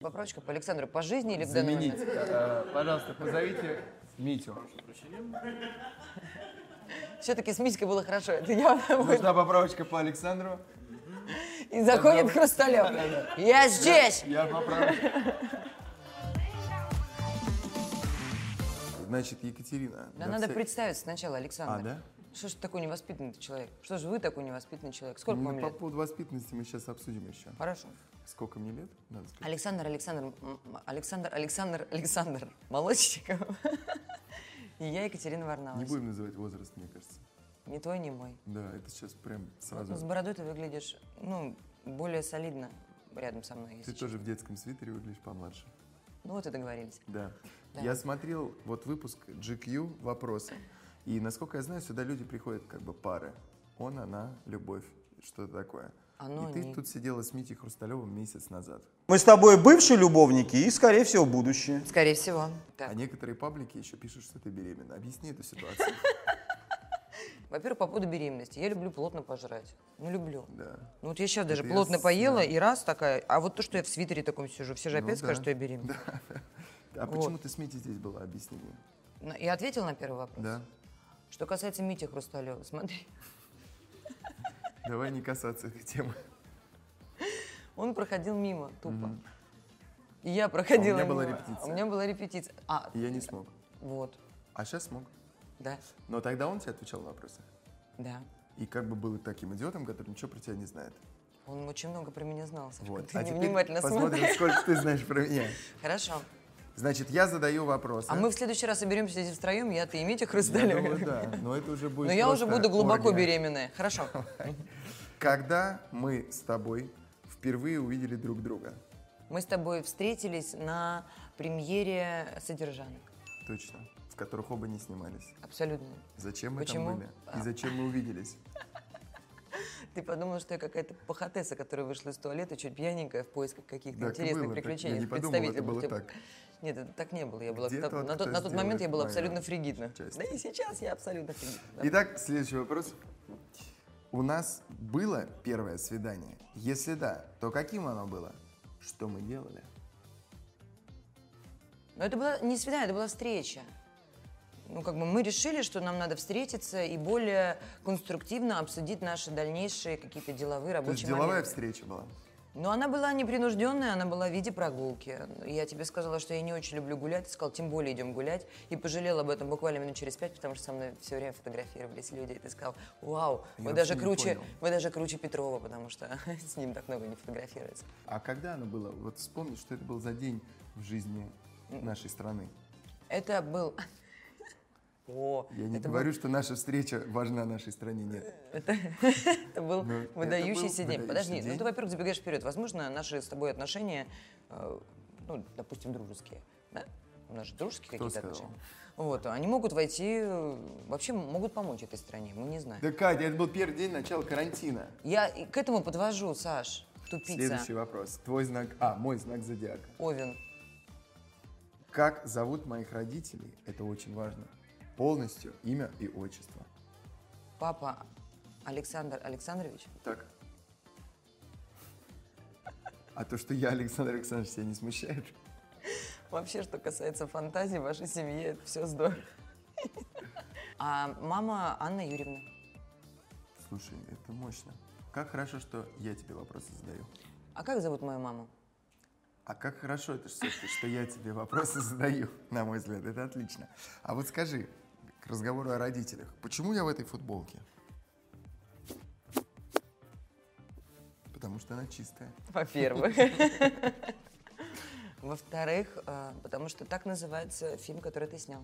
Поправочка по Александру по жизни или в данный Заменить. момент? Э, Пожалуйста, позовите Митю. Все-таки с Митькой было хорошо. Это явно будет. Нужна поправочка по Александру. И заходит Хрусталев. Я здесь! Я поправлю. Значит, Екатерина. Да на надо все- представиться сначала, Александр. А, да? Что ж ты такой невоспитанный человек? Что же вы такой невоспитанный человек? Сколько Ну, вам По лет? поводу воспитанности мы сейчас обсудим еще. Хорошо. Сколько мне лет? Надо сказать. Александр, Александр, м, Александр, Александр, Александр Молочников. И я Екатерина Не Варналась. будем называть возраст, мне кажется. Ни твой, ни мой. Ну, Да, это сейчас прям С сразу. бородой ты выглядишь, ну, более солидно рядом со мной. если Ты тоже в детском свитере выглядишь помладше. честно. Ну вот и договорились. Да. Да. Я смотрел вот выпуск GQ «Вопросы». И, насколько я знаю, сюда люди приходят как бы пары. Он, она, любовь, что-то такое. Оно, и ты они. тут сидела с Митей Хрусталевым месяц назад. Мы с тобой бывшие любовники и, скорее всего, будущие. Скорее всего. Так. А некоторые паблики еще пишут, что ты беременна. Объясни эту ситуацию. Во-первых, по поводу беременности. Я люблю плотно пожрать. Ну, люблю. Да. Ну, вот я сейчас даже Это я плотно с- поела, да. и раз такая. А вот то, что я в свитере таком сижу, все же Ну опять скажут, да. что я беременна. А Вот. почему ты с Митей здесь была? Объясни мне. Но Я ответила Ну, на первый вопрос. Да. Что касается Мити Хрусталева, смотри. Давай не касаться этой темы. Он проходил мимо, тупо. Мгм. И я проходила А у меня была мимо. репетиция. У меня была репетиция. А, И Я не смог. вот, А сейчас смог. да, Но тогда он тебе отвечал на вопросы. да. И как бы был таким идиотом, который ничего про тебя не знает. Он очень много про меня знал, Сашка. Вот. Ты а теперь невнимательно посмотрим, смотришь. сколько ты знаешь про меня. Хорошо. Значит, я задаю вопросы. А мы в следующий раз соберемся здесь втроем, я, ты и Митя Я Хрусталев. думаю, да, но это уже будет Но я уже просто буду глубоко оргия. беременная. Хорошо. Когда мы с тобой впервые увидели друг друга? Мы с тобой встретились на премьере «Содержанок». Точно. В которых оба не снимались. Абсолютно. Зачем мы Почему? А. там были? И зачем мы увиделись? Ты подумала, что я какая-то пахотеса, которая вышла из туалета, чуть пьяненькая, в поисках каких-то Так и интересных было, так я приключений. не с подумал, это представителем было тем- так. Нет, это так не было. Я была, Где-то та- на, вот тот, кто на тот момент я сделает была мою абсолютно фригидна. часть. Да и сейчас я абсолютно фригидна. да. Итак, следующий вопрос. У нас было первое свидание? Если да, то каким оно было? Что мы делали? Но это была не свидание, это была встреча. Ну, как бы мы решили, что нам надо встретиться и более конструктивно обсудить наши дальнейшие какие-то деловые То есть рабочие деловая моменты. встреча была. Но она была непринужденная, она была в виде прогулки. Я тебе сказала, что я не очень люблю гулять, ты сказал, тем более идем гулять. И пожалела об этом буквально минут через пять, потому что со мной все время фотографировались люди. И ты сказал, вау, Я вы даже, вообще не круче, понял. вы даже круче Петрова, потому что с ним так много не фотографируется. А когда оно было? Вот вспомни, что это был за день в жизни нашей страны. Это был... О, Я не это был говорю, что наша встреча важна нашей стране, нет. Это был Ну, это был выдающийся день. выдающийся Подожди, ну день. ты, во-первых, забегаешь вперед. Возможно, наши с тобой отношения, э, ну, допустим, дружеские. Да? У нас же дружеские какие-то сказал? отношения. Вот, они могут войти, э, вообще могут помочь этой стране, мы не знаем. Да, Катя, это был первый день начала карантина. Я и к этому подвожу, Саш, тупица. Следующий вопрос. Твой знак... А, мой знак зодиака. Овен. Как зовут моих родителей? Это очень важно. Полностью имя и отчество. Папа Александр Александрович. Так. А то, что я Александр Александрович, тебя не смущает? Вообще, что касается фантазии вашей семьи, это все здорово. А мама Анна Юрьевна. Слушай, это мощно. Как хорошо, что я тебе вопросы задаю. А как зовут мою маму? А как хорошо это все-таки, что я тебе вопросы задаю, на мой взгляд, это отлично. А вот скажи, к разговору о родителях, почему я в этой футболке? Потому что она чистая. Во-первых. Во-вторых, э, потому что так называется фильм, который ты снял.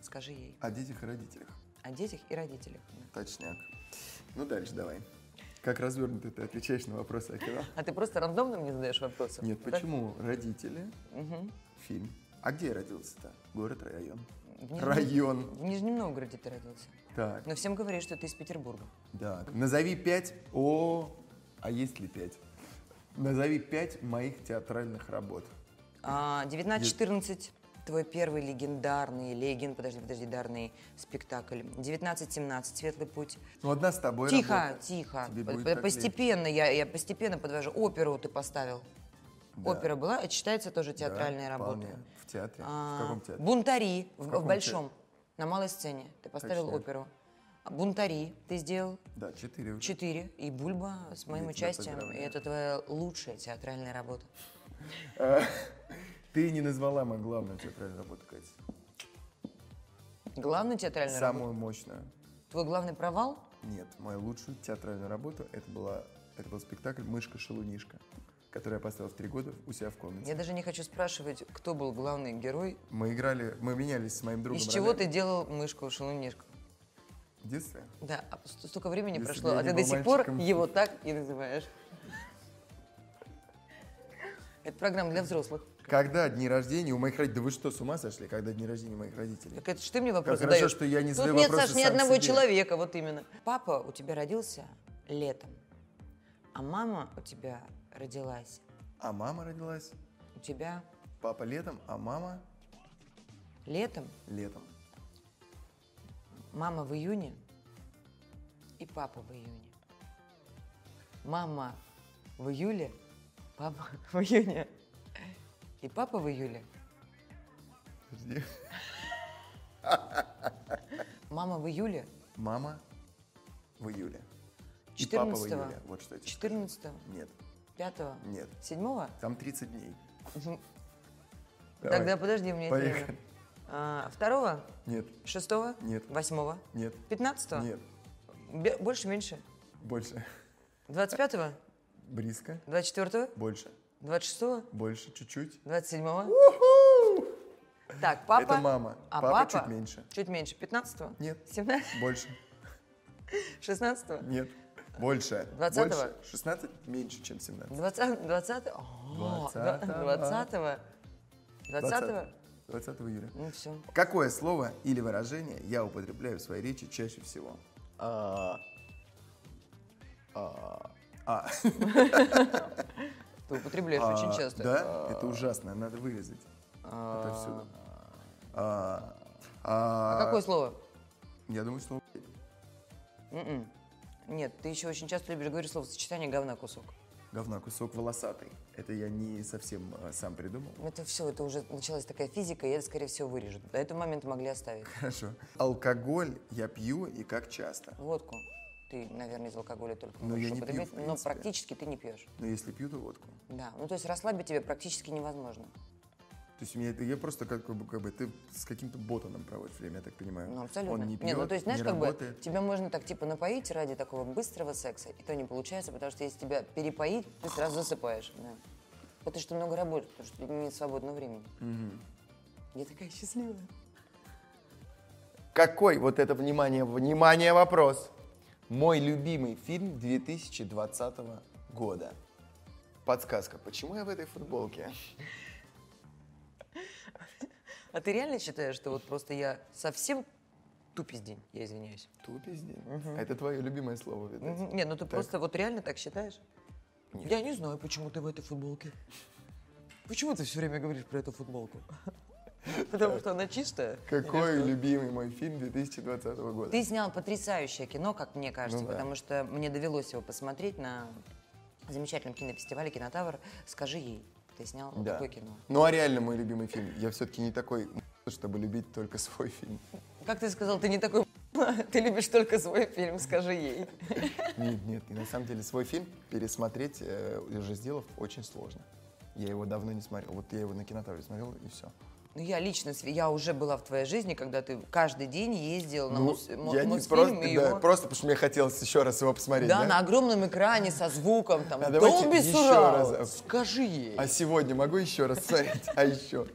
Скажи ей. О детях и родителях, О детях и родителях. да. точняк. Ну дальше давай. Как развернуто ты отвечаешь на вопросы о кино? А ты просто рандомно мне задаешь вопросы? Нет, Да? почему родители, Мгм. фильм? А где я родился-то? Город, район. В Нижнем- Район. В Нижнем Новгороде ты родился. Так, Но всем говоришь, что ты из Петербурга. Так, назови пять. О, а есть ли пять? Назови пять моих театральных работ. А, 19-14 твой первый легендарный, леген, подожди, подожди, дарный спектакль. 19-17 «Светлый путь». Ну, одна с тобой Тихо, работа. тихо. Тебе П- будет п- так Постепенно я, я постепенно подвожу. Оперу ты поставил. Опера была, это считается тоже театральной Да, работой. вполне. В театре. А, В каком театре? Бунтари в, в каком большом, на малой сцене. Ты поставил Точно. оперу. А Бунтари ты сделал Да, четыре уже. четыре и Бульба с моим Я тебя участием. И поздравляю. это твоя лучшая театральная работа. Ты не назвала мою главную театральную работу, Катя. Главную театральную работу. Самую мощную. Твой главный провал? Нет, мою лучшую театральную работу это была это был спектакль Мышка-шелунишка, который я поставил в три года у себя в комнате. Я даже не хочу спрашивать, кто был главный герой. Мы играли, мы менялись с моим другом. Из чего ролями. ты делал мышку, шелунишку? В детстве? Да, а ст- столько времени Если прошло, бы я а не ты до был сих пор мальчиком. его так и называешь. Это программа для взрослых. Когда дни рождения у моих родителей? Да вы что, с ума сошли? Когда дни рождения моих родителей? Так это ж ты мне вопрос Как хорошо, задаешь. что я не Тут задаю нет, вопросы Саш, ни сам одного себе. человека, вот именно. Папа у тебя родился летом, а мама у тебя родилась. А мама родилась, У тебя папа летом, а мама летом, летом. мама в июне и папа в июне. Мама в июле, папа в июне и папа в июле. Подожди. Мама в июле Мама в июле. И папа в 14 июле. Вот что я тебе 14 скажу. Нет, 5 нет. 7 Там 30 дней. Давай. Тогда подожди, у меня есть время. Поехали. А, Второго? Нет, Шестого? Нет. Восьмого? нет, Пятнадцатого? нет. Бе- Больше, меньше? Больше. Двадцать пятого? Близко. Двадцать четвертого? Больше. Двадцать шестого? Больше. Чуть-чуть. Двадцать седьмого? Уху! Так, папа. Это мама. А папа, папа? чуть меньше. Чуть меньше. Пятнадцатого? Нет. Семнадцатого? Больше. Шестнадцатого? Нет. Больше. Двадцатого? Больше. 16 меньше, чем 17. Двадцатого? Двадцатого? Двадцатого. Двадцатого? Двадцатого? 20 июля. Ну все. Какое слово или выражение я употребляю в своей речи чаще всего? А. А. А. Ты употребляешь А, очень часто. Да? Это ужасно, надо вырезать. Это всюду. А, А а, какое слово? Я думаю, что... М-м. Нет, ты еще очень часто любишь говорить слово сочетание говна кусок. Говна, кусок волосатый. Это я не совсем э, сам придумал. Это все, это уже началась такая физика, и я это, скорее всего, вырежу. До этого момента могли оставить. Хорошо. Алкоголь я пью и как часто? Водку. Ты, наверное, из алкоголя только Ну, я можешь не пью, употреблять, в но принципе. практически ты не пьешь. Но Ну, если пью, то водку. Да. Ну, то есть расслабить тебя практически невозможно. То есть у меня это, я просто как, бы- как бы, ты с каким-то ботаном проводишь время, я так понимаю. Ну, абсолютно. Он не пьет, Нет, ну, то есть, знаешь, не как работает. бы тебя можно так типа напоить ради такого быстрого секса, и то не получается, потому что если тебя перепоить, ты сразу засыпаешь. Да. Потому что много работы, потому что нет свободного времени. Я такая счастливая. Какой, вот это внимание, внимание, вопрос. Мой любимый фильм 2020 года. Подсказка, почему я в этой футболке? А ты реально считаешь, что вот просто я совсем тупиздень? Я извиняюсь. Тупиздень. Это твое любимое слово, видать. Мгм. Не, ну ты просто вот реально так считаешь? Я не знаю, почему ты в этой футболке. Почему ты все время говоришь про эту футболку? Потому что она чистая. Какой любимый мой фильм 2020 года? Ты снял потрясающее кино, как мне кажется, Ну да. потому что мне довелось его посмотреть на замечательном кинофестивале «Кинотавр». Скажи ей, ты снял вот Да. такое кино. Ну а реально мой любимый фильм. Я все-таки не такой, чтобы любить только свой фильм. Как ты сказал, ты не такой ты любишь только свой фильм, скажи ей. Нет, нет, и на самом деле свой фильм пересмотреть э, уже сделав очень сложно. Я его давно не смотрел. Вот я его на кинотавре смотрел и все. Ну, я лично, св- я уже была в твоей жизни, когда ты каждый день ездил на мус- мо- Ну, я не Мосфильм просто, и да, его- просто потому что мне хотелось еще раз его посмотреть. Да, Да, на огромном экране со звуком, там, А давайте Долби еще Сурал, раз. скажи ей. А сегодня могу еще раз смотреть, а еще.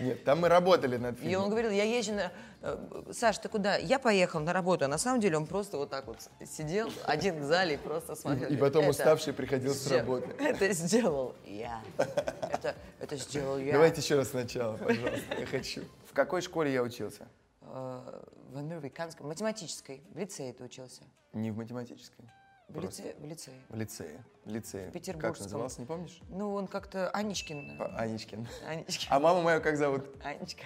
Нет, там мы работали над И он фильмом. говорил, я езжу на... э, Саш, ты куда? Я поехал на работу, а на самом деле он просто вот так вот сидел один в зале и просто смотрел. И, и потом Это уставший приходил с сдел- работы. Это сделал я. Это, это сделал я. Давайте еще раз сначала, пожалуйста, я хочу. В какой школе я учился? Э, В американском, математической, в лицее ты учился. Не в математической. В Просто. лицее, в лицее. В лицее. В лицее. Как петербургском. назывался, не помнишь? Ну, он как-то Анечкин. По- Анечкин. Анечка. А маму мою как зовут? Анечка.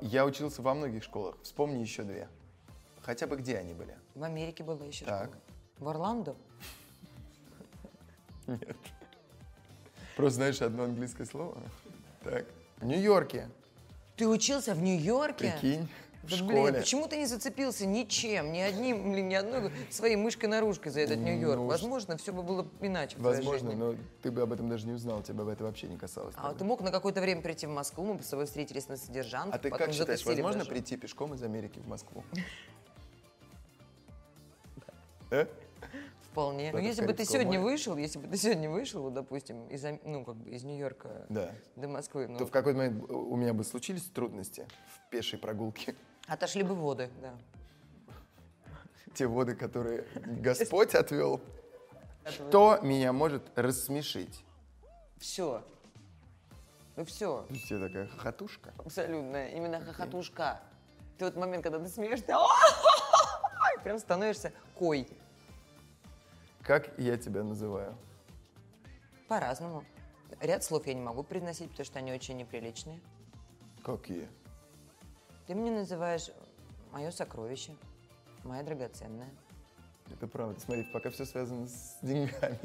Я учился во многих школах. Вспомни еще две. Хотя бы где они были? В Америке была еще Так. школа. В Орландо? Нет. Просто знаешь одно английское слово? Так. В Нью-Йорке. Ты учился в Нью-Йорке? Прикинь. В Да, школе. блин, почему ты не зацепился ничем, ни одним, блин, ни одной своей мышкой-наружкой за этот Нью-Йорк? Ну, Возможно, все бы было иначе в твоей Возможно, ну. жизни. но ты бы об этом даже не узнал, тебя бы это вообще не касалось. А тогда. ты мог на какое-то время прийти в Москву, мы бы с тобой встретились на содержанке, А ты потом как считаешь, затусили бы возможно даже. прийти пешком из Америки в Москву? Вполне. Ну, куда-то в если бы ты Карибского сегодня моря? вышел, если бы ты сегодня вышел, вот, допустим, из, Ам- ну, как бы из Нью-Йорка Да. до Москвы, ну, То в какой-то момент у меня бы случились трудности в пешей прогулке. отошли бы воды, да. Те воды, которые Господь отвел. Что меня может рассмешить? Все. Ну, все. То есть я такая хохотушка. Абсолютно. Именно хохотушка. Ты вот момент, когда ты смеешься, и прям становишься кой. Как я тебя называю? По-разному. Ряд слов я не могу приносить, потому что они очень неприличные. Какие? Ты меня называешь мое сокровище, моя драгоценная. Это правда. Смотри, пока все связано с деньгами.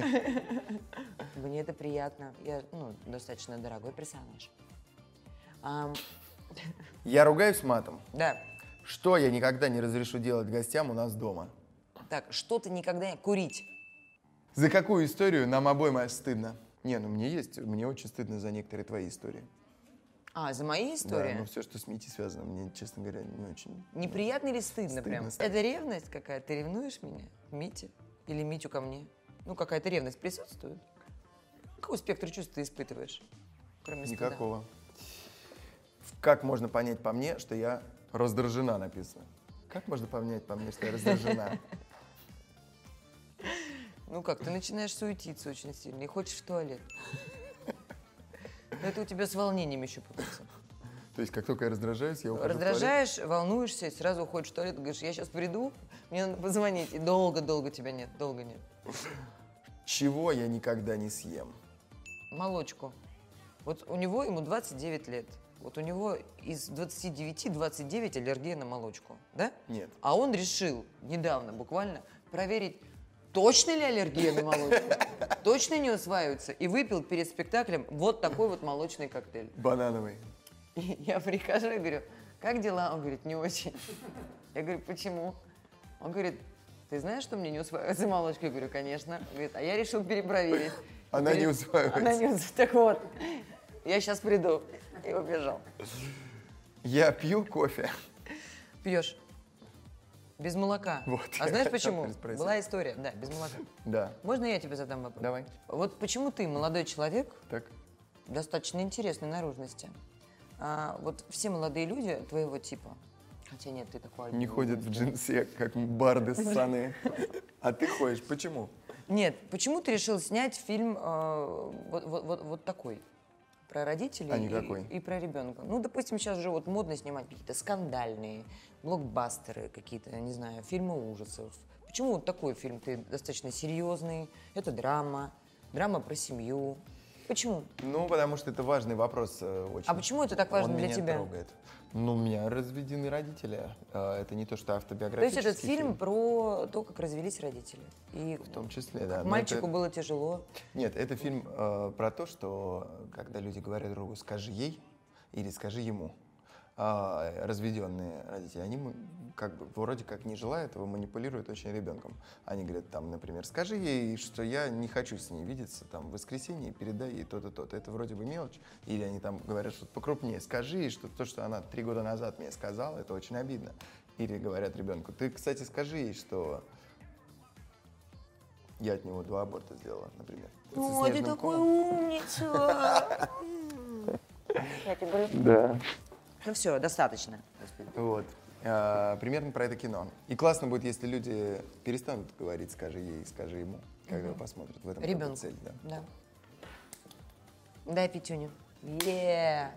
Мне это приятно. Я, ну, достаточно дорогой персонаж. Ам, Я ругаюсь матом. да. Что я никогда не разрешу делать гостям у нас дома? Так, что ты никогда не... Курить. За какую историю нам обоим аж стыдно? Не, ну мне есть, мне очень стыдно за некоторые твои истории. А, за мои истории? Да, ну, но все, что с Мити связано, мне, честно говоря, не очень. Ну, Неприятно или стыдно, прям? стыдно. Это ревность какая? Ты ревнуешь меня? Мите? Или Митю ко мне? Ну, какая-то ревность присутствует? Какой спектр чувств ты испытываешь? Кроме стыда? Никакого. Как можно понять по мне, что я раздражена написано? Как можно понять по мне, что я раздражена? Ну как, ты начинаешь суетиться очень сильно и хочешь в туалет. Но это у тебя с волнением еще путается. То есть, как только я раздражаюсь, я ухожу в туалет. Раздражаешь, волнуешься, и сразу уходишь в туалет, говоришь, я сейчас приду, мне надо позвонить. И долго-долго тебя нет, долго нет. Чего я никогда не съем? молочку. Вот у него, ему 29 лет. Вот у него из 29-29 аллергия на молочку, да? Нет. А он решил недавно буквально проверить, точно ли аллергия на молочку, точно не усваивается, и выпил перед спектаклем вот такой вот молочный коктейль. Банановый. И я прихожу и говорю, как дела? Он говорит, не очень. Я говорю, почему? Он говорит, ты знаешь, что мне не усваивается молочка? Я говорю, конечно. Он говорит, а я решил перепроверить. Она Я не усваивается. Она не усваивается. Так вот, я сейчас приду. И убежал. Я пью кофе. Пьешь. Без молока. Вот, а я знаешь хотел почему? переспросить. Была история, да, без молока. Да. Можно я тебе задам вопрос? Давай. Вот почему ты, молодой человек, Так. достаточно интересной наружности. А, вот все молодые люди твоего типа, хотя нет, ты такой... Не ходят в джинсе, как барды ссаны. А ты ходишь. Почему? Нет, почему ты решил снять фильм э, вот, вот- вот- вот такой? Про родителей А и- никакой. и, про ребенка. Ну, допустим, сейчас же вот модно снимать какие-то скандальные, блокбастеры какие-то, не знаю, фильмы ужасов. Почему вот такой фильм? Ты достаточно серьезный, это драма, драма про семью. Почему? Ну, потому что это важный вопрос э, очень. А почему это так важно Он для меня тебя? трогает. Ну, у меня разведены родители. А, Это не то, что То есть автобиографический этот фильм про то, как развелись родители. И В том числе, да. Но мальчику это- было тяжело. Нет, это фильм э, про то, что э, когда люди говорят другу «скажи ей» или «скажи ему», а разведенные родители, они м- как бы вроде как не желая этого, манипулируют очень ребенком. Они говорят там, например, «скажи ей, что я не хочу с ней видеться, там, в воскресенье передай ей то-то, то-то». Это вроде бы мелочь. Или они там говорят что-то покрупнее «скажи ей, что то, что она три года назад мне сказала, это очень обидно». Или говорят ребенку «ты, кстати, скажи ей, что я от него два аборта сделала, например. Со Ой, ты снежным такой комом. умница. Я тебе говорю. Да. Ну все, достаточно. Вот. А, примерно про это кино. И классно будет, если люди перестанут говорить, скажи ей, скажи ему, когда посмотрят. В этом как бы Ребенку. цель, да. Да. Дай пятюню. Е.